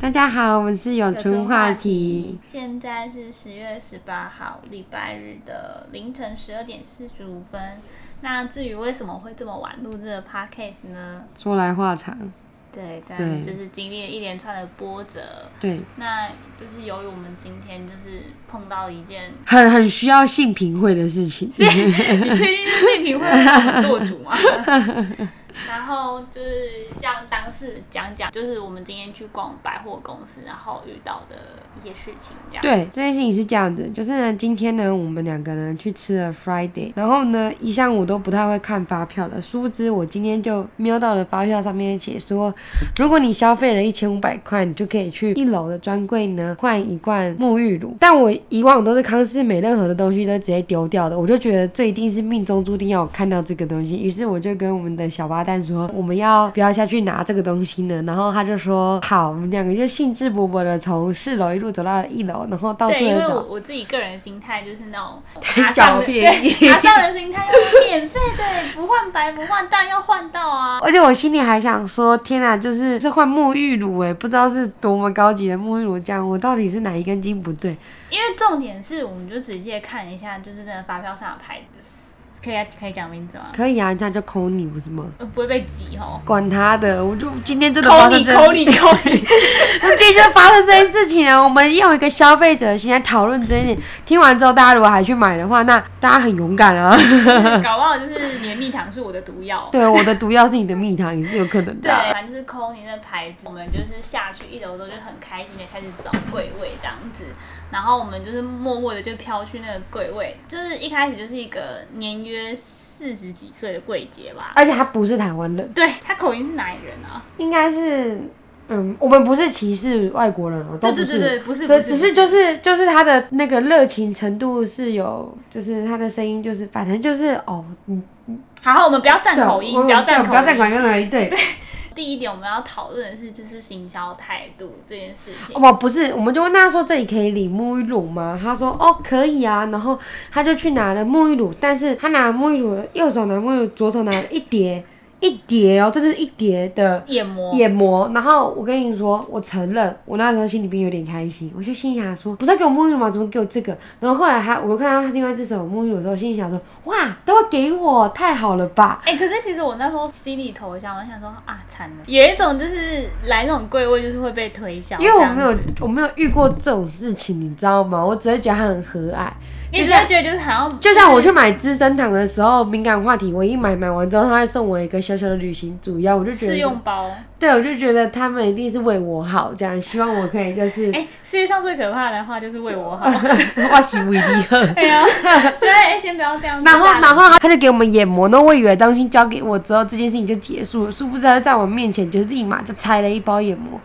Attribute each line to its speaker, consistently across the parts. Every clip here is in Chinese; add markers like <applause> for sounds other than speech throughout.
Speaker 1: 大家好，我们是有
Speaker 2: 有
Speaker 1: 出
Speaker 2: 出
Speaker 1: 话
Speaker 2: 话
Speaker 1: 题，
Speaker 2: 现在是十月十八号，礼拜日的凌晨十二点四十五分。那至于为什么会这么晚录这个 podcast 呢？
Speaker 1: 说来话长。
Speaker 2: 对，
Speaker 1: 对
Speaker 2: 但就是经历了一连串的波折。
Speaker 1: <laughs> 对，
Speaker 2: 那就是由于我们今天就是碰到了一件， <coughs>
Speaker 1: 很很需要性平会的事情。
Speaker 2: 你确定是性平会让我们做主吗？然后就是让当事人讲讲，就是我们今天去逛百货公司，然后遇到的一些事情，这
Speaker 1: <laughs>
Speaker 2: 样。
Speaker 1: 对，这件事情是这样子，就是呢，今天呢，我们两个人去吃了 Friday，然后呢，一向我都不太会看发票的，殊不知我今天就瞄到了发票上面写说，如果你消费了一千五百块，你就可以去一楼的专柜呢换一罐沐浴乳。但我以往都是康士美任何的东西都直接丢掉的，我就觉得这一定是命中注定要我看到这个东西，于是我就跟我们的小八蛋说，我们要不要下去拿这个东西呢？然后他就说好，我们两个就兴致勃勃的从四楼一路走到了一楼，然后到
Speaker 2: 对，因
Speaker 1: 处
Speaker 2: 为
Speaker 1: 哦的
Speaker 2: 我
Speaker 1: 找。
Speaker 2: 我自己个人心态就是那
Speaker 1: <laughs>
Speaker 2: 种
Speaker 1: 贪
Speaker 2: 爬
Speaker 1: 小
Speaker 2: 上的
Speaker 1: 便宜
Speaker 2: 爬上的心态，就是免费的，不换白不换，但要换到啊。
Speaker 1: 而且我心里还想说，天啊，就是这换沐浴乳哎，不知道是多么高级的沐浴乳这样，我到底是哪一根筋不对？
Speaker 2: 因为重点是，我们就仔细地看一下，就是那个发票上的牌子，可以可以讲名字吗？
Speaker 1: 可以啊，这样就抠你不是吗？
Speaker 2: 呃不会被挤哦。
Speaker 1: 管他的，我就今天真的
Speaker 2: 抠
Speaker 1: 发生
Speaker 2: 你
Speaker 1: 这，
Speaker 2: 抠你抠你！
Speaker 1: 今天就发生这件事情啊了。我们要有一个消费者的心来讨论这件事情。听完之后，大家如果还去买的话，那大家很勇敢
Speaker 2: <laughs>
Speaker 1: 啊。
Speaker 2: 搞不好就是你的蜜糖是我的毒药。
Speaker 1: 对，我的毒药是你的蜜糖，也是有可能
Speaker 2: 对，
Speaker 1: 的啊。
Speaker 2: 反正就是抠你的牌子，我们就是下去一楼之后就很开心的开始找柜位这样子，然后我们就是默默的就飘去那个柜位，就是一开始就是一个年约四十几岁的柜姐吧，
Speaker 1: 而且他不是台湾人，
Speaker 2: 对她口音是哪里人啊？
Speaker 1: 应该是，嗯，我们不是歧视外国人哦，都不
Speaker 2: 对对对
Speaker 1: 是。
Speaker 2: 对，不是，
Speaker 1: 对，
Speaker 2: 不
Speaker 1: 只是就是就是他的那个热情程度是有，就是他的声音就是，反正就是哦，嗯，
Speaker 2: 好好，我们不要占
Speaker 1: 对
Speaker 2: 口音，
Speaker 1: 我
Speaker 2: 不要占
Speaker 1: 对不要
Speaker 2: 口
Speaker 1: 占
Speaker 2: 音。
Speaker 1: 管用而已。对，
Speaker 2: 第一点我们要讨论的是就是行销态度这件事情。
Speaker 1: 哦，不是，我们就问他说这里可以领沐浴乳吗？他说哦可以啊，然后他就去拿了沐浴乳，但是他拿沐浴乳，右手拿沐浴乳，左手拿了一叠一叠哦，这是一叠的
Speaker 2: 眼膜，
Speaker 1: 眼膜。然后我跟你说，我承认，我那时候心里边有点开心，我就心里想说，不是要给我沐浴乳吗？怎么给我这个？然后后来他，我看到他另外这手有沐浴乳的时候，我心里想说，哇，都要给我，太好了吧？
Speaker 2: 哎、可是其实我那时候心里头想，我想说啊，惨了，有一种就是来那种柜位就是会被推销，
Speaker 1: 因为我
Speaker 2: 这样
Speaker 1: 没有
Speaker 2: 子，
Speaker 1: 我没有遇过这种事情，你知道吗？我只会觉得他很和蔼。
Speaker 2: 你只会觉得就是好像
Speaker 1: 就像我去买资生堂的时候，敏感话题我一买买完之后，他会送我一个小小的旅行组，然后我就觉得
Speaker 2: 试用，包，
Speaker 1: 对我就觉得他们一定是为我好，这样希望我可以就是 <laughs>
Speaker 2: 哎、 <laughs> 世界上最可怕的话就是为我好，
Speaker 1: 哇喜为你喝。<laughs>
Speaker 2: 对呀、啊，对，哎先不要这样子，
Speaker 1: 然后，
Speaker 2: 大家
Speaker 1: 然后他他就给我们眼膜，那我以为东西交给我之后，这件事情就结束了，殊不知他在我面前就立马就拆了一包眼膜。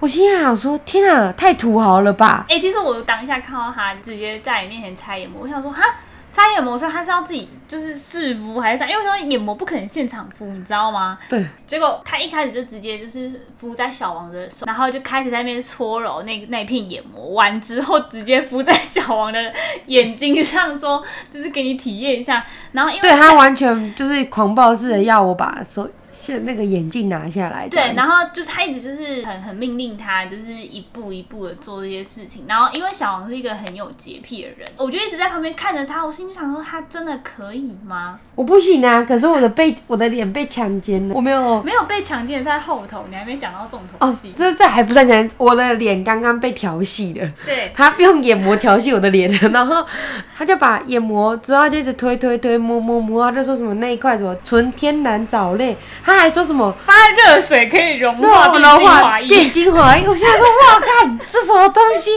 Speaker 1: 我心里想说：天啊，太土豪了吧！
Speaker 2: 哎、其实我当下看到他直接在你面前拆眼膜，我想说哈。拆眼膜，所以他是要自己就是试敷还是咋？因为我想眼膜不可能现场敷，你知道吗？
Speaker 1: 对，
Speaker 2: 结果他一开始就直接就是敷在小王的手，然后就开始在那边搓揉那那片眼膜，完之后直接敷在小王的眼睛上说，就是给你体验一下。然后因为
Speaker 1: 对他完全就是狂暴式的要我把手现那个眼镜拿下来。这样
Speaker 2: 对，然后就是他一直就是很很命令他，就是一步一步的做这些事情。然后因为小王是一个很有洁癖的人，我就一直在旁边看着他，我心里想说他真的可以吗？
Speaker 1: 我不行啊，可是我的被我的脸被强奸了，我没有。
Speaker 2: 没有被强奸在后头，你还没讲到重头
Speaker 1: 哦
Speaker 2: 戏，。
Speaker 1: 这这还不算强奸，我的脸刚刚被调戏了。
Speaker 2: 对，
Speaker 1: 他用眼膜调戏我的脸，然后他就把眼膜之后他就一直推推推摸摸摸，他就说什么那一块什么纯天然藻类，他还说什么
Speaker 2: 发现热水可以融
Speaker 1: 那
Speaker 2: 化
Speaker 1: 我
Speaker 2: 变
Speaker 1: 的
Speaker 2: 精
Speaker 1: 话
Speaker 2: 华液。
Speaker 1: 变精华液，我现在说哇看这什么东西，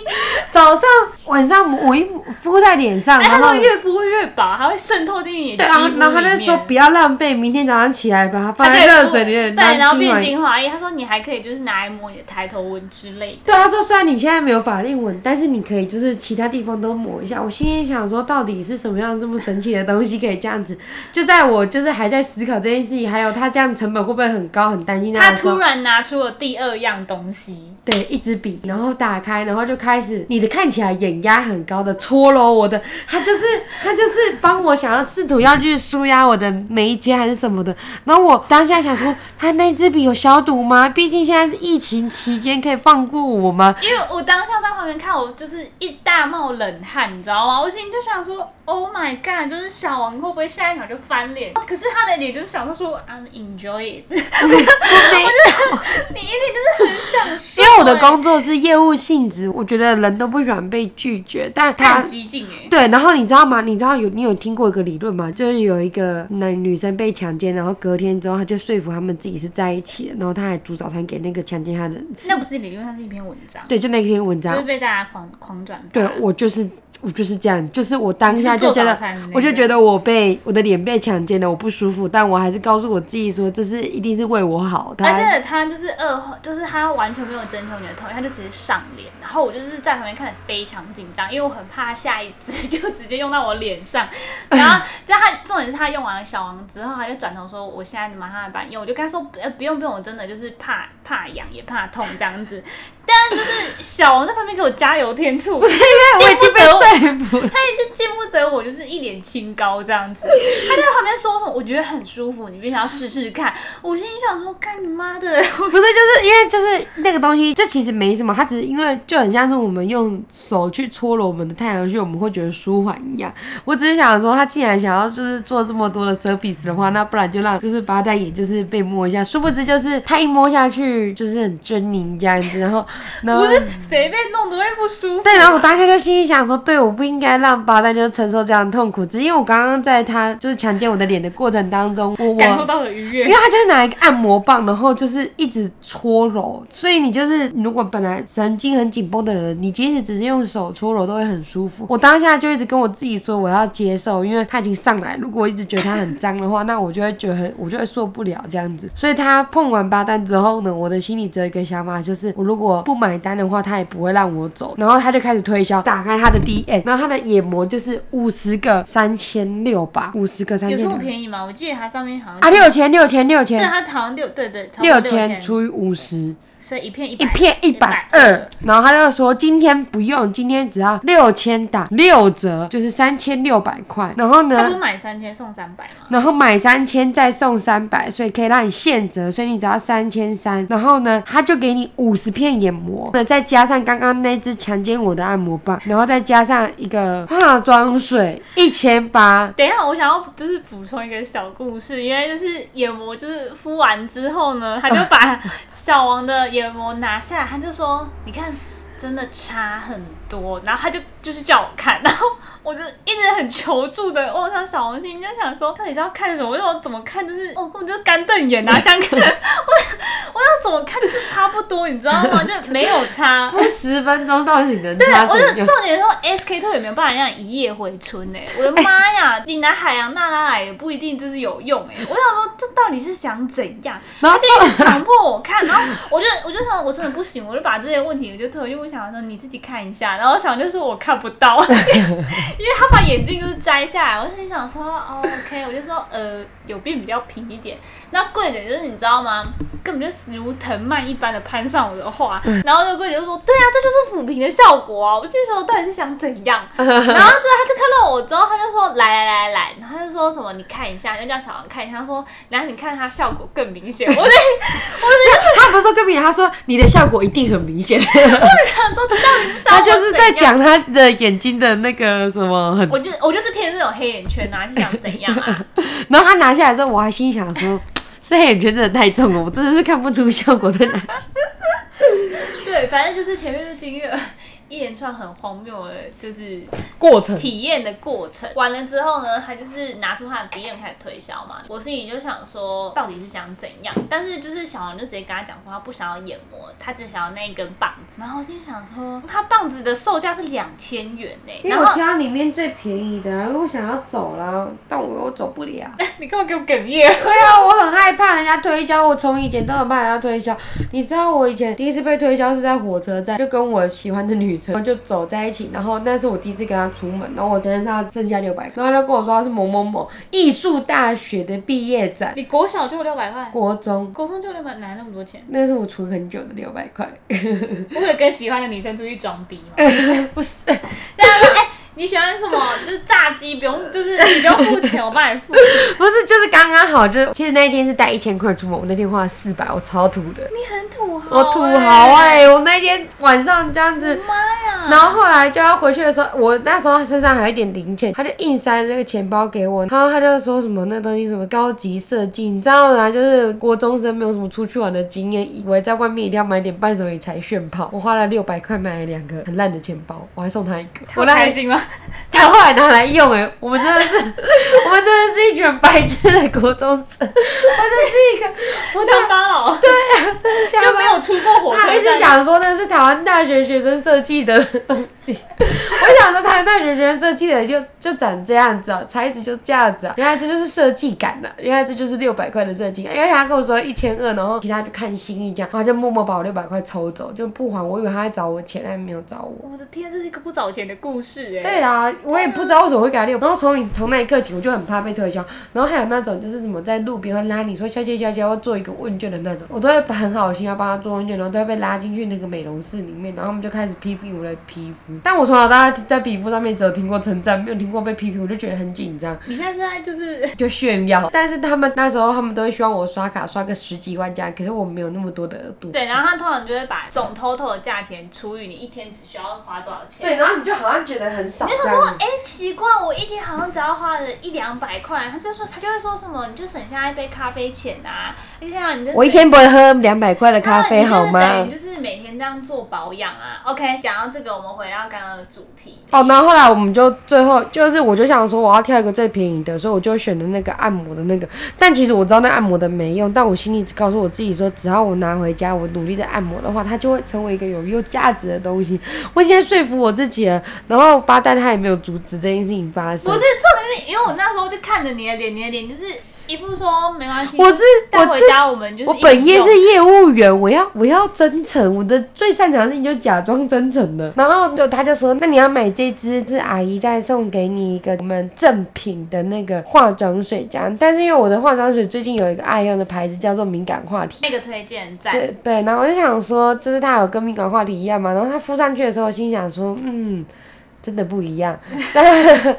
Speaker 1: 早上晚上抹一敷在脸上，
Speaker 2: 哎，
Speaker 1: 然
Speaker 2: 他
Speaker 1: 后
Speaker 2: 说越敷越薄，还会渗透进去你的
Speaker 1: 对
Speaker 2: 肌肤
Speaker 1: 啊
Speaker 2: 里，面。
Speaker 1: 然后他就说不要浪费，明天早上起来把它
Speaker 2: 他
Speaker 1: 放在
Speaker 2: 对
Speaker 1: 热
Speaker 2: 敷
Speaker 1: 水里面
Speaker 2: 对，然后
Speaker 1: 精
Speaker 2: 变
Speaker 1: 华液。
Speaker 2: 精华液。他说你还可以就是拿来抹你的抬头纹之类的。
Speaker 1: 对，他说虽然你现在没有法令纹，但是你可以就是其他地方都抹一下。我心里想说，到底是什么样这么神奇的东西可以这样子？就在我就是还在思考这件事情，还有他这样成本会不会很高，很担心他
Speaker 2: 他
Speaker 1: 的时候
Speaker 2: 突，然拿出了第二样东西，
Speaker 1: 对，一支笔，然后打开，然后就开始你的看起来眼压很高的搓揉我的，他就是他就是帮我想要试图要去舒压我的眉间还是什么的，然后我当下想说，他那支笔有消毒吗？毕竟现在是疫情期间，可以放过我吗？
Speaker 2: 因为我当下在旁边看，我就是一大冒冷汗，你知道吗？我心里就想说，Oh my god，就是小王会不会下一秒就翻脸？可是他的脸就是想说，I'm enjoy it， <laughs>
Speaker 1: 没
Speaker 2: 你一定就是很欸享受、
Speaker 1: 因为我的工作是业务性质，我觉得人都不喜欢被拒绝，但
Speaker 2: 他
Speaker 1: 他
Speaker 2: 很激进哎、
Speaker 1: 对，然后你知道吗？你知道有你有听过一个理论吗？就是有一个男女生被强奸，然后隔天之后他就说服他们自己是在一起的，然后他还煮早餐给那个强奸他的人吃。
Speaker 2: 那不是理论，它是一篇文章，
Speaker 1: 对，就那篇文
Speaker 2: 就是
Speaker 1: 章，
Speaker 2: 被大家狂狂转发。
Speaker 1: 对我就是我就是这样，就是我当
Speaker 2: 你
Speaker 1: 下
Speaker 2: 是
Speaker 1: 就
Speaker 2: 做
Speaker 1: 觉
Speaker 2: 早
Speaker 1: 得，
Speaker 2: 餐的那个，
Speaker 1: 我就觉得我被我的脸被强奸了，我不舒服，但我还是告诉我自己说这是一定是为我好。他
Speaker 2: 而且他就是二话，就是他完全没有征求你的同意，他就直接上脸。然后我就是在旁边看的非常紧张，因为我很怕下一只就直接用到我脸上。然后，就他重点是他用完了小王之后，他就转头说：“我现在马上来帮你用。”我就跟他说：“呃，不用不用，我真的就是怕怕痒也怕痛这样子。” <laughs> 但是就是小王在旁边给我加油添醋，
Speaker 1: 对我已
Speaker 2: 见
Speaker 1: 经
Speaker 2: 不
Speaker 1: 被
Speaker 2: 得
Speaker 1: 说服了。
Speaker 2: 就见不得我就是一脸清高这样子。他在旁边说什么？我觉得很舒服，你必须要试试看。我心里想说：“干你妈的！”
Speaker 1: <laughs> 不是，就是因为就是那个东西，这其实没什么，它只是因为就很像是我们用手去搓揉我们的太阳穴，我们会觉得舒缓一样。我只是想说，他既然想要就是做这么多的 service 的话，那不然就让就是把他在眼就是被摸一下，殊不知就是他一摸下去就是很狰狞这样子，然后然后
Speaker 2: 不。是谁被弄得会不舒服？
Speaker 1: 嗯
Speaker 2: 啊
Speaker 1: 对，然后我当下就心里想说，对，我不应该让巴丹就是承受这样的痛苦，只是因为我刚刚在他就是强奸我的脸的过程当中，我
Speaker 2: 感受
Speaker 1: 我
Speaker 2: 到了愉
Speaker 1: 因为
Speaker 2: 悦。
Speaker 1: 他就是拿一个按摩棒，然后就是一直搓揉，所以你就是如果本来神经很紧绷的人，你即使只是用手搓揉都会很舒服。我当下就一直跟我自己说我要接受，因为他已经上来，如果我一直觉得他很脏的话，那我就会觉得很我就会受不了这样子。所以他碰完八单之后呢，我的心里只有一个想法，就是我如果不买单的话，他也不会让我走。然后他就开始推销，打开他的 DM，然后他的眼膜就是五十个三千六吧，五十个三
Speaker 2: 有
Speaker 1: 千
Speaker 2: 这么
Speaker 1: 六
Speaker 2: 便宜吗？我记得它上面好像
Speaker 1: 啊，六千六千六千
Speaker 2: 对，。它好像六对对，差不多
Speaker 1: 六
Speaker 2: 六
Speaker 1: 千除以五十，
Speaker 2: 所以一片一
Speaker 1: 一
Speaker 2: 一
Speaker 1: 片一百二，，然后他就说今天不用，今天只要六千打六折，就是三千六百块。然后
Speaker 2: 他不
Speaker 1: 呢
Speaker 2: 是，买三千送三百吗？
Speaker 1: 然后买三千再送三百，所以可以让你现折，所以你只要三千三。然后呢，他就给你五十片眼膜，那再加上刚刚那只强奸我的按摩棒，然后再加上一个化妆水一千八。
Speaker 2: 等一下，我想要就是补充一个小故事，因为就是眼膜就是敷完之后呢，他就把小王的眼膜拿下来，他就说：“你看，真的差很多。”然后他就就是叫我看，然后我就一直很求助的望向小王，心里就想说：“到底是要看什么？我想怎么看？就是我根本就是干瞪眼啊，想看 <laughs> 我我想怎么看就是差不多，你知道吗？就没有差。”
Speaker 1: 敷十分钟到底能差
Speaker 2: 我
Speaker 1: 怎
Speaker 2: 就
Speaker 1: 样？
Speaker 2: 重点是说 SK two 有没有办法让你一夜回春呢、欸我的妈呀，你拿海洋娜拉来也不一定就是有用哎、我想说这到底是想怎样？
Speaker 1: 然后
Speaker 2: 他就一直强迫我看，然后我就我就想我真的不行，我就把这些问题我就推，因为我想说你自己看一下，然后想就说我看不到， <laughs> 因为他把眼镜就是摘下来，我就心想说哦 OK，我就说呃有病比较平一点，那柜姐就是你知道吗？根本就是如藤蔓一般的攀上我的话，然后那个柜姐就说：“对啊，这就是抚平的效果啊！”我就想说到底是想怎样？ <laughs> 然后就他就看到我之后，他就说：“来来来来。”然后他就说什么：“你看一下。”就叫小王看一下，他说：“然后你看它效果更明显。”我就
Speaker 1: 他不是说跟别人，他说你的效果一定很明显。
Speaker 2: 想说到底是效
Speaker 1: <laughs> 他
Speaker 2: 果
Speaker 1: 就是
Speaker 2: 怎
Speaker 1: 在
Speaker 2: 样
Speaker 1: 讲他的眼睛的那个什么很，
Speaker 2: 我就我就是贴这种黑眼圈啊，是想怎样啊？
Speaker 1: 然后他拿下来之后，我还心想说， <laughs> 是黑眼圈真的太重了，我真的是看不出效果在哪。
Speaker 2: 对，反正就是前面就经历了一连串很荒谬的，就是
Speaker 1: <laughs> 过程
Speaker 2: 体验的过程。完了之后呢，他就是拿出他的 DM 开始推销嘛。我心里就想说，到底是想怎样？但是就是小王就直接跟他讲说，他不想要眼膜，他只想要那一根棒子。然后我心里想说，他棒子的售价是两千元呢、然后
Speaker 1: 挑里面最便宜的、啊，因为我想要走啦，但我又走不了。
Speaker 2: 你干嘛给我哽咽？
Speaker 1: 对啊，我很害怕人家推销，我从以前都很怕人家推销。你知道我以前第一次被推销是在火车站，就跟我喜欢的女车，然后就走在一起。然后那是我第一次跟他出门，然后我真的是要剩下六百块，然后他就跟我说他是某某某艺术大学的毕业展，
Speaker 2: 你国小就有六百块，
Speaker 1: 国中。
Speaker 2: 国中就有六百，哪来那么多钱？
Speaker 1: 那是我存很久的六百块，
Speaker 2: 不会跟喜欢的女生出去装逼吗？
Speaker 1: 不是， <laughs>
Speaker 2: 对啊，说哎、你喜欢什么？就是炸鸡，不用，就是你不用付钱，我帮你付。
Speaker 1: 不是，就是刚刚好，就是其实那一天是带一千块出门，我那天花了四百，我超土的，
Speaker 2: 你很土豪、
Speaker 1: 我土豪哎、我那天晚上这样子，
Speaker 2: 妈呀！
Speaker 1: 然后后来就要回去的时候，我那时候身上还有一点零钱，他就硬塞那个钱包给我，然后他就说什么那东西什么高级设计，你知道吗？就是国中生没有什么出去玩的经验，以为在外面一定要买点伴手礼才炫跑。我花了六百块买了两个很烂的钱包，我还送他一个，我
Speaker 2: 他有
Speaker 1: 让
Speaker 2: 开心吗？
Speaker 1: 他后来拿来用、欸，哎，我们真的
Speaker 2: <laughs>
Speaker 1: 是，我们真的是一群白痴的国中生，我就是一个，我
Speaker 2: 不像八老，对，
Speaker 1: 真的下
Speaker 2: 就
Speaker 1: 班
Speaker 2: 没有出过火车
Speaker 1: 他一直
Speaker 2: 站。
Speaker 1: 想说那是台湾大学学生设计的东西，我想说台湾大学学生设计的就就长这样子啊，材质就这样子啊，原来这就是设计感了、啊原来这就是六百块的设计感，因为他跟我说一千二，然后其他就看心意这样，他就默默把我六百块抽走，就不还，我以为他在找我钱，但没有找我。
Speaker 2: 我的天，这是一个不找钱的故事哎、
Speaker 1: 对啊，我也不知道为什么会给他六，
Speaker 2: 啊
Speaker 1: 然后从你从那一刻起，我就很怕被推销。然后还有那种就是什么在路边会拉你说小姐小姐要做一个问卷的那种，我都会很好心要帮他做问卷，然后都会被拉进去那个美容室里面，然后他们就开始批评我的皮肤。但我从小到大在皮肤上面只有听过称赞，没有听过被批评，我就觉得很紧
Speaker 2: <laughs>
Speaker 1: 张。
Speaker 2: 你现在是在就是
Speaker 1: 就炫耀，但是他们那时候他们都会希望我刷卡刷个十几万这样，可是我没有那么多的额度。
Speaker 2: 对，然后他通常就会把总 total 的价钱除以你一天只需要花多少钱。
Speaker 1: 对，然后你就好像觉得很少这样子。
Speaker 2: 哎、奇怪，我一天好像只要花了一两百块，他就说他就会说什么，你就省下一杯咖啡钱啊，而且啊你就
Speaker 1: 我一天不会喝两百块的
Speaker 2: 然
Speaker 1: 咖
Speaker 2: 后
Speaker 1: 啡
Speaker 2: 啊你就是哎
Speaker 1: 好吗
Speaker 2: 等于？就是每天这样做保养啊。OK，讲到这个，我们回到刚刚的主题。
Speaker 1: 哦，然后后来我们就最后就是，我就想说我要挑一个最便宜的，所以我就选了那个按摩的那个。但其实我知道那按摩的没用，但我心里只告诉我自己说，只要我拿回家，我努力的按摩的话，它就会成为一个有有价值的东西。我现在说服我自己了，然后八蛋他也没有阻止这件事情发生
Speaker 2: 不是，。重点是因为我那时候就看着你的脸，你的脸就是一副说没关系，
Speaker 1: 我是
Speaker 2: 带
Speaker 1: 我
Speaker 2: 回
Speaker 1: 是
Speaker 2: 家我们就是
Speaker 1: 我
Speaker 2: 一起
Speaker 1: 本业
Speaker 2: 用
Speaker 1: 是业务员，我要我要真诚，我的最擅长的事情就假装真诚的。然后就他就说，那你要买这支，是阿姨再送给你一个我们正品的那个化妆水这样。但是因为我的化妆水最近有一个爱用的牌子叫做敏感话题。
Speaker 2: 那个推荐在。
Speaker 1: 对对，然后我就想说，就是它有跟敏感话题一样嘛，然后它敷上去的时候，我心想说，嗯，真的不一样。 <laughs>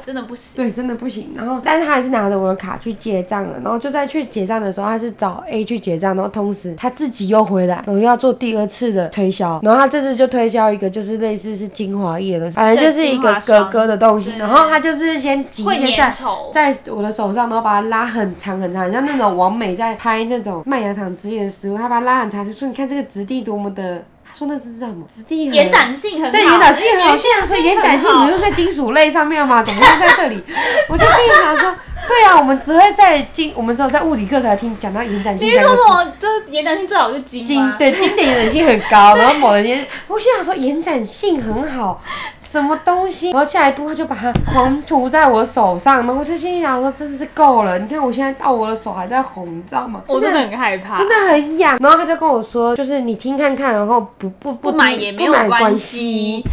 Speaker 2: 真的不行。
Speaker 1: 对，真的不行。然后，但是他还是拿着我的卡去结账了。然后就在去结账的时候，他是找 A 去结账，然后同时他自己又回来，然后要做第二次的推销。然后他这次就推销一个就是类似是精华液的东西，反正就是一
Speaker 2: 对精
Speaker 1: 个
Speaker 2: 华
Speaker 1: 哥
Speaker 2: 霜
Speaker 1: 哥的东西。
Speaker 2: 对
Speaker 1: 然后他就是先挤
Speaker 2: 会
Speaker 1: 先
Speaker 2: 粘
Speaker 1: 在。
Speaker 2: 稠，
Speaker 1: 在我的手上，然后把它拉很长很长，很像那种王美在拍那种麦芽糖之夜的食物，他把它拉很长，就说你看这个质地多么的，他说那是叫什么？质地很
Speaker 2: 延展性很好，
Speaker 1: 对，延展性很好。
Speaker 2: 延
Speaker 1: 现在说延展性，
Speaker 2: 很
Speaker 1: 你
Speaker 2: 好
Speaker 1: 们用在金属类上面吗？怎么会在这里？ <laughs> 我就心里想说，对啊，我们只会在金，我们只有在物理课才听讲到延展性
Speaker 2: 你
Speaker 1: 这
Speaker 2: 是
Speaker 1: 个
Speaker 2: 说
Speaker 1: 字。
Speaker 2: 我这延展性最好是金
Speaker 1: 经
Speaker 2: 吗？
Speaker 1: 对经典延展性很高，然后某人间，我心想说延展性很好，什么东西？然后下一步他就把它狂涂在我手上，然后我就心里想说真是够了，你看我现在到我的手还在红，你知道吗？
Speaker 2: 我真的很害怕，
Speaker 1: 真的很痒。然后他就跟我说，就是你听看看，然后不不不
Speaker 2: 不买
Speaker 1: 听
Speaker 2: 也没
Speaker 1: 不
Speaker 2: 有
Speaker 1: 买
Speaker 2: 关
Speaker 1: 系
Speaker 2: 系。。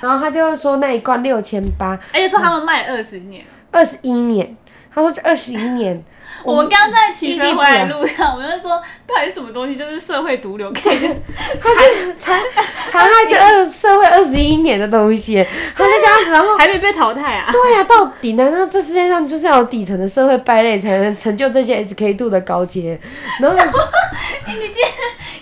Speaker 1: 然后他就说那一罐六千八，
Speaker 2: 而且说他们卖二十年，
Speaker 1: 二十一年。他说这二十一年，
Speaker 2: 我们刚在骑车回
Speaker 1: 啊
Speaker 2: 来路上，我们就说到底是什么东西就是社会毒瘤，可以就是
Speaker 1: <laughs> 残残害这二社会二十一年的东西，他就这样子，然后 <laughs>
Speaker 2: <laughs> 还没被淘汰啊？
Speaker 1: 对呀、到底难道这世界上就是要有底层的社会败类才能成就这些 SK two 的高阶？然后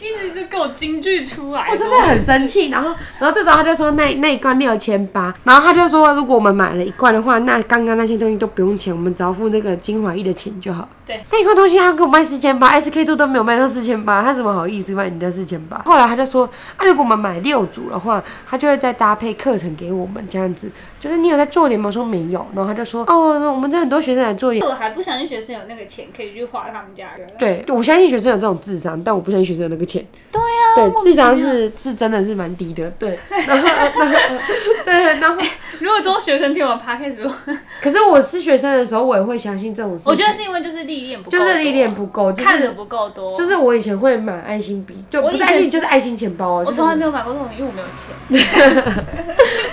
Speaker 2: 一直就给我京剧出来，
Speaker 1: 我真的很生气，然后然后这时候他就说那那一罐六千八，然后他就说如果我们买了一罐的话，那刚刚那些东西都不用钱，我们只要付那个精华液的钱就好。
Speaker 2: 对，
Speaker 1: 那一罐东西他给我卖四千八，SK two 都没有卖到四千八，他怎么好意思卖你家四千八？后来他就说啊，如果我们买六组的话，他就会再搭配课程给我们这样子，就是你有在做脸吗？我说没有，然后他就说哦，我们这很多学生来做脸。
Speaker 2: 我还不相信学生有那个钱可以去花他们家的。
Speaker 1: 对，我相信学生有这种智商，但我不相信学生有那个钱。
Speaker 2: 对呀，
Speaker 1: 对，
Speaker 2: 莫
Speaker 1: 智
Speaker 2: 名其妙
Speaker 1: 商是是真的是蛮低的。对， <laughs> 然后，呃然后，对，然后，
Speaker 2: 如果中学生听我 podcast，我
Speaker 1: 可是我是学生的时候，我也会相信这种事情。
Speaker 2: 我觉得是因为就是利历练不够
Speaker 1: 就
Speaker 2: 多，
Speaker 1: 是历练不够，就
Speaker 2: 看的
Speaker 1: 是
Speaker 2: 不够多，
Speaker 1: 就是我以前会买爱心笔，就
Speaker 2: 我
Speaker 1: 不是
Speaker 2: 以
Speaker 1: 爱
Speaker 2: 前
Speaker 1: 心笔就是爱心钱包哦，
Speaker 2: 我
Speaker 1: 就是
Speaker 2: 从来没有买过这种，因为我没有钱。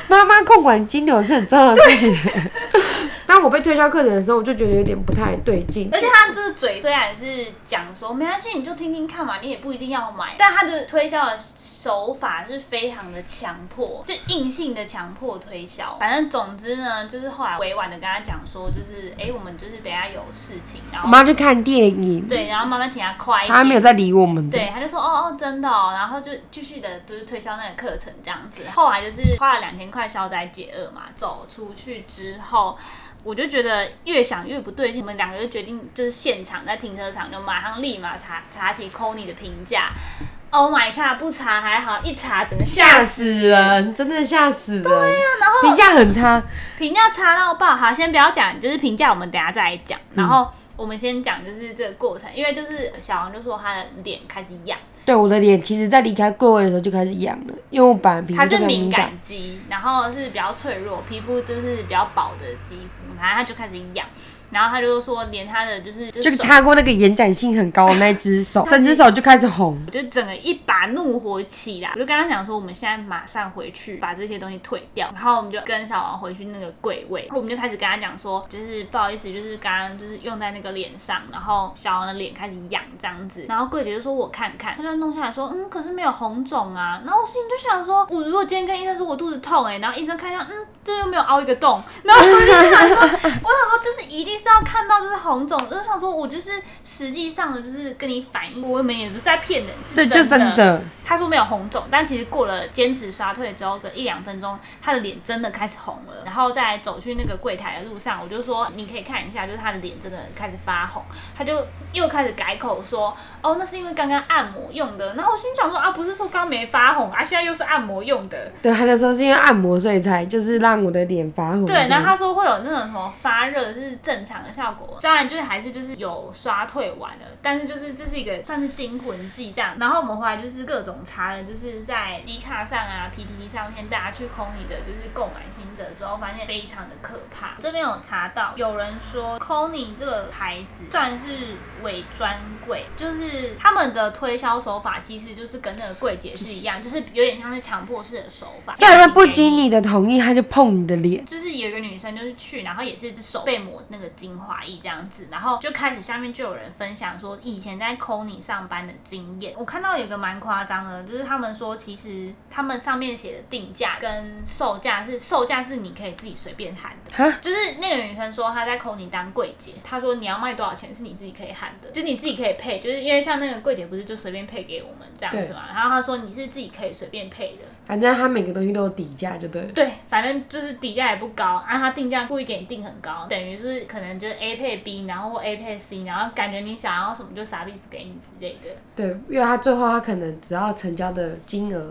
Speaker 1: 妈妈控管金流是很重要的事情。
Speaker 2: <laughs>
Speaker 1: 当我被推销课程的时候，我就觉得有点不太对劲
Speaker 2: 而。且他就是嘴虽然是讲说没关系，你就听听看嘛，你也不一定要买，但他的推销的手法是非常的强迫，就硬性的强迫推销。反正总之呢，就是后来委婉的跟他讲说，就是哎、诶我们就是等一下有事情，然
Speaker 1: 我
Speaker 2: 后
Speaker 1: 妈去看电影，
Speaker 2: 对，然后慢慢请他快一点。
Speaker 1: 她没有在理我们的。
Speaker 2: 对，他就说哦哦，真的哦，然后就继续的就是推销那个课程这样子。后来就是花了两千块消灾解厄嘛，走出去之后。我就觉得越想越不对劲，我们两个就决定就是现场在停车场就马上立马查查起 c o n y 的评价。Oh my god！不查还好，一查整个吓
Speaker 1: 吓
Speaker 2: 死，
Speaker 1: 死人，真的吓死人！对
Speaker 2: 啊
Speaker 1: 呀、然后评价很差，
Speaker 2: 评价差到爆。好，先不要讲，就是评价我们等一下再来讲。然后我们先讲就是这个过程，因为就是小王就说他的脸开始痒，
Speaker 1: 对我的脸，其实在离开柜位的时候就开始痒了，因为我本来皮肤
Speaker 2: 它
Speaker 1: 就比
Speaker 2: 是
Speaker 1: 较
Speaker 2: 敏
Speaker 1: 敏感
Speaker 2: 感。肌，然后是比较脆弱，皮肤就是比较薄的肌肤，然后它就开始痒，然后他就说连他的就是就
Speaker 1: 就是
Speaker 2: 手
Speaker 1: 擦过那个延展性很高的那只手，整只手就开始红。
Speaker 2: 我就整个一把怒火起来，我就跟他讲说，我们现在马上回去把这些东西退掉，然后我们就跟小王回去那个柜位，我们就开始跟他讲说，就是不好意思，就是刚刚就是用在那个脸上，然后小王的脸开始痒这样子，然后柜姐就说我看看，他就弄下来说，嗯，可是没有红肿啊，然后我心里就想说，我如果今天跟医生说我肚子痛哎、欸然后医生看一下，嗯，这又没有凹一个洞，然后我就想说，我想说，就是一定是要看到就是红肿，我就想说，我就是实际上的，就是跟你反映，我们也不是在骗人，是
Speaker 1: 对，就真
Speaker 2: 的。
Speaker 1: 的，
Speaker 2: 他说没有红肿，但其实过了坚持刷退之后个一两分钟，他的脸真的开始红了。然后再走去那个柜台的路上，我就说你可以看一下，就是他的脸真的开始发红。他就又开始改口说，哦，那是因为刚刚按摩用的。然后我心想说啊，不是说刚没发红啊，现在又是按摩用的。
Speaker 1: 对，他那时候是因为按摩，所以才就是让我的脸发红。
Speaker 2: 对，然后他说会有那种什么发热是正常的效果，当然就是还是就是有刷退完了，但是就是这是一个算是惊魂记这样。然后我们后来就是各种查了，就是在 D 卡上啊、PTT 上面大家去空你的就是购买心得之后，发现非常的可怕。这边有查到有人说 Kony 这个牌子算是伪专柜，就是他们的推销手法其实就是跟那个柜姐是一样，就是有点像是强迫式的手法，
Speaker 1: 对，他不经你的同意，他就碰你的脸。
Speaker 2: 就是有一个女生就是去，然后也是手被抹那个精华液这样子，然后就开始下面就有人分享说以前在 Kony 上班的经验。我看到有一个蛮夸张的，就是他们说其实他们上面写的定价跟售价是售价是你可以自己随便喊的。
Speaker 1: 哈，
Speaker 2: 就是那个女生说她在 Kony 当柜姐，她说你要卖多少钱是你自己可以喊的，就是你自己可以配，就是因为像那个柜姐不是就随便配给我们这样子嘛，然后她说你是自己可以随便配的，
Speaker 1: 反正他每个东西都有底价，就对了。
Speaker 2: 对，反正就是底价也不高，啊，他定价故意给你定很高，等于就是可能就是 A 配 B，然后或 A 配 C，然后感觉你想要什么就傻逼死给你之类的。
Speaker 1: 对，因为他最后他可能只要成交的金额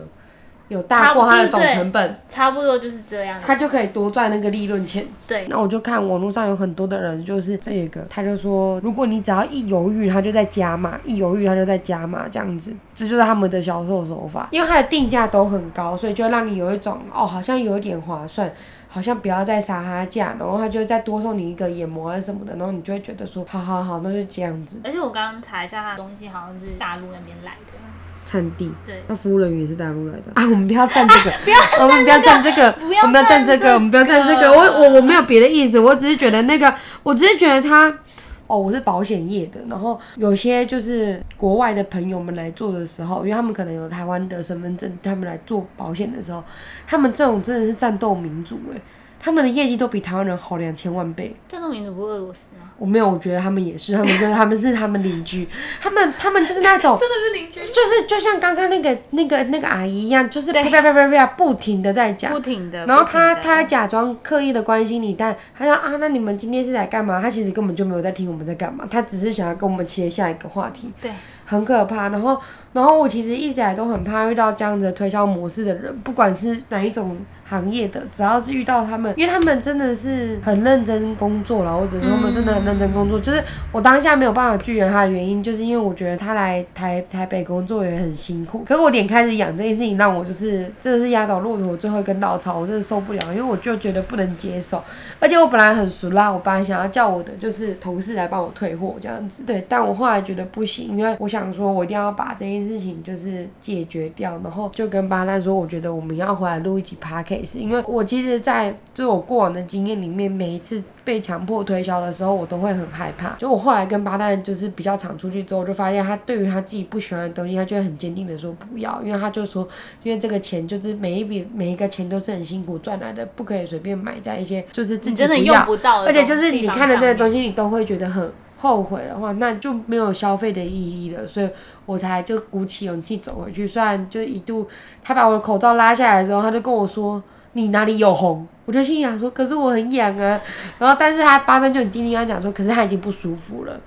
Speaker 1: 有
Speaker 2: 差
Speaker 1: 大
Speaker 2: 不
Speaker 1: 过他的
Speaker 2: 对
Speaker 1: 总
Speaker 2: 对嗯
Speaker 1: 成本，
Speaker 2: 差不多就是这样。
Speaker 1: 他就可以多赚那个利润钱。
Speaker 2: 对，
Speaker 1: 那我就看网络上有很多的人，就是这个，他就说，如果你只要一犹豫，他就在加码，一犹豫他就在加码，这样子，这就是他们的销售手法。因为它的定价都很高，所以就会让你有一种哦，好像有一点划算，好像不要再杀他价，然后他就会再多送你一个眼膜啊什么的，然后你就会觉得说，好好好，那就这样子。
Speaker 2: 而且我刚刚查一下，他的东西好像是大陆那边来的。
Speaker 1: 产地，
Speaker 2: 对，
Speaker 1: 那服务人员也是大陆来的啊，我们不要站这个， <laughs> 不要，我们不要站这个，
Speaker 2: 不要
Speaker 1: 我们不要站这
Speaker 2: 站这
Speaker 1: 个，
Speaker 2: 个
Speaker 1: 我们不要站这个，我我我没有别的意思，我只是觉得那个，我只是觉得他，哦，我是保险业的，然后有些就是国外的朋友们来做的时候，因为他们可能有台湾的身份证，他们来做保险的时候，他们这种真的是战斗民族哎、他们的业绩都比台湾人好两千万倍。
Speaker 2: 战斗民族不是俄罗斯吗？
Speaker 1: 我没有，我觉得他们也是，他们跟他们是他们邻居，他们他们就是那种
Speaker 2: 真的是邻居，
Speaker 1: 就是就像刚刚那个那个那个阿姨一样，就是啪
Speaker 2: 对
Speaker 1: 啪啪啪啪不停的在讲
Speaker 2: 不，停的。
Speaker 1: 然后她
Speaker 2: 不停地
Speaker 1: 她假装刻意的关心你，但她说啊，那你们今天是来干嘛？她其实根本就没有在听我们在干嘛，她只是想要跟我们切下一个话题。
Speaker 2: 对，
Speaker 1: 很可怕。然后，然后我其实一直以来都很怕遇到这样子的推销模式的人，不管是哪一种行业的，只要是遇到他们，因为他们真的是很认真工作了，或者说他们真的很认真工作。就是我当下没有办法拒绝他的原因，就是因为我觉得他来台台北工作也很辛苦。可是我脸开始痒这件事情，让我就是真的是压倒骆驼最后一根稻草，我真的受不了，因为我就觉得不能接受。而且我本来很熟啦，我本来想要叫我的就是同事来帮我退货这样子，对，但我后来觉得不行，因为我想说我一定要把这件事情就是解决掉，然后就跟巴奈说，我觉得我们要回来录一集 podcast，因为我其实在就是我过往的经验里面，每一次被强迫推销的时候，我都会很害怕。就我后来跟巴奈就是比较常出去之后，我就发现他对于他自己不喜欢的东西，他就会很坚定的说不要，因为他就说因为这个钱就是每一笔每一个钱都是很辛苦赚来的，不可以随便买在一些就是自
Speaker 2: 你
Speaker 1: 己
Speaker 2: 真
Speaker 1: 不
Speaker 2: 的用
Speaker 1: 要，
Speaker 2: 不到的
Speaker 1: 而
Speaker 2: 东西，
Speaker 1: 且就是你看的那
Speaker 2: 那
Speaker 1: 个东西，你都会觉得很后悔的话，那就没有消费的意义了。所以我才就鼓起勇气走回去，虽然就一度他把我的口罩拉下来的时候，他就跟我说你哪里有红，我就心想说可是我很痒啊，然后但是他巴登就很叮咛他讲说，可是他已经不舒服了。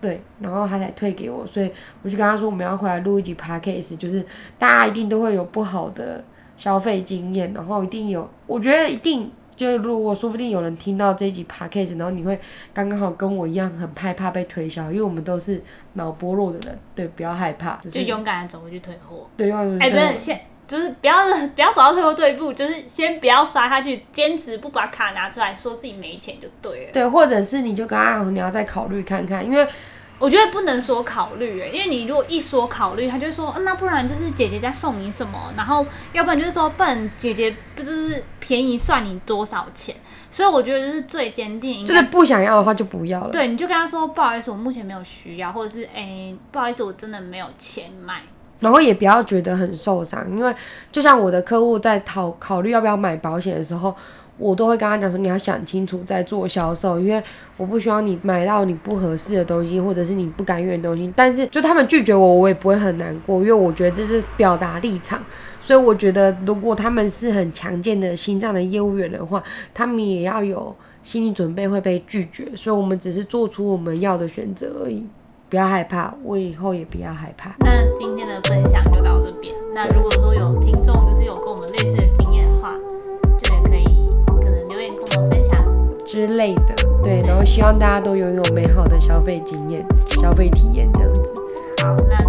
Speaker 1: 对，然后他才退给我，所以我就跟他说我们要回来录一集 podcast，就是大家一定都会有不好的消费经验，然后一定有，我觉得一定就是如果说不定有人听到这一集 podcast，然后你会刚刚好跟我一样很害怕被推销，因为我们都是脑波弱的人，对，不要害怕，就是
Speaker 2: 就勇敢的走回去退货。
Speaker 1: 嗯对，用
Speaker 2: 哎、不是，先就是不要 <laughs> 不要走到退货这一步，就是先不要刷下去，坚持不把卡拿出来，说自己没钱就对了。
Speaker 1: 对，或者是你就跟他讲你要再考虑看看，因为
Speaker 2: 我觉得不能说考虑、哎，因为你如果一说考虑，他就说、嗯那不然就是姐姐再送你什么，然后要不然就是说，不然姐姐不就是便宜算你多少钱？所以我觉得就是最坚定应该，
Speaker 1: 就是不想要的话就不要了。
Speaker 2: 对，你就跟他说不好意思，我目前没有需要，或者是哎、不好意思，我真的没有钱买。
Speaker 1: 然后也不要觉得很受伤，因为就像我的客户在讨考虑要不要买保险的时候，我都会跟他讲说你要想清楚再做销售，因为我不希望你买到你不合适的东西，或者是你不甘愿的东西。但是就他们拒绝我，我也不会很难过，因为我觉得这是表达立场。所以我觉得，如果他们是很强健的心脏的业务员的话，他们也要有心理准备会被拒绝。所以我们只是做出我们要的选择而已，不要害怕，我以后也不要害怕。
Speaker 2: 那今天的分享就到这边。那如果说有听众就是有跟我们类似的经验的话，就也可以可能留言跟我们分享。
Speaker 1: 之类的，对，然后希望大家都拥有美好的消费经验、消费体验这样子。
Speaker 2: 好，那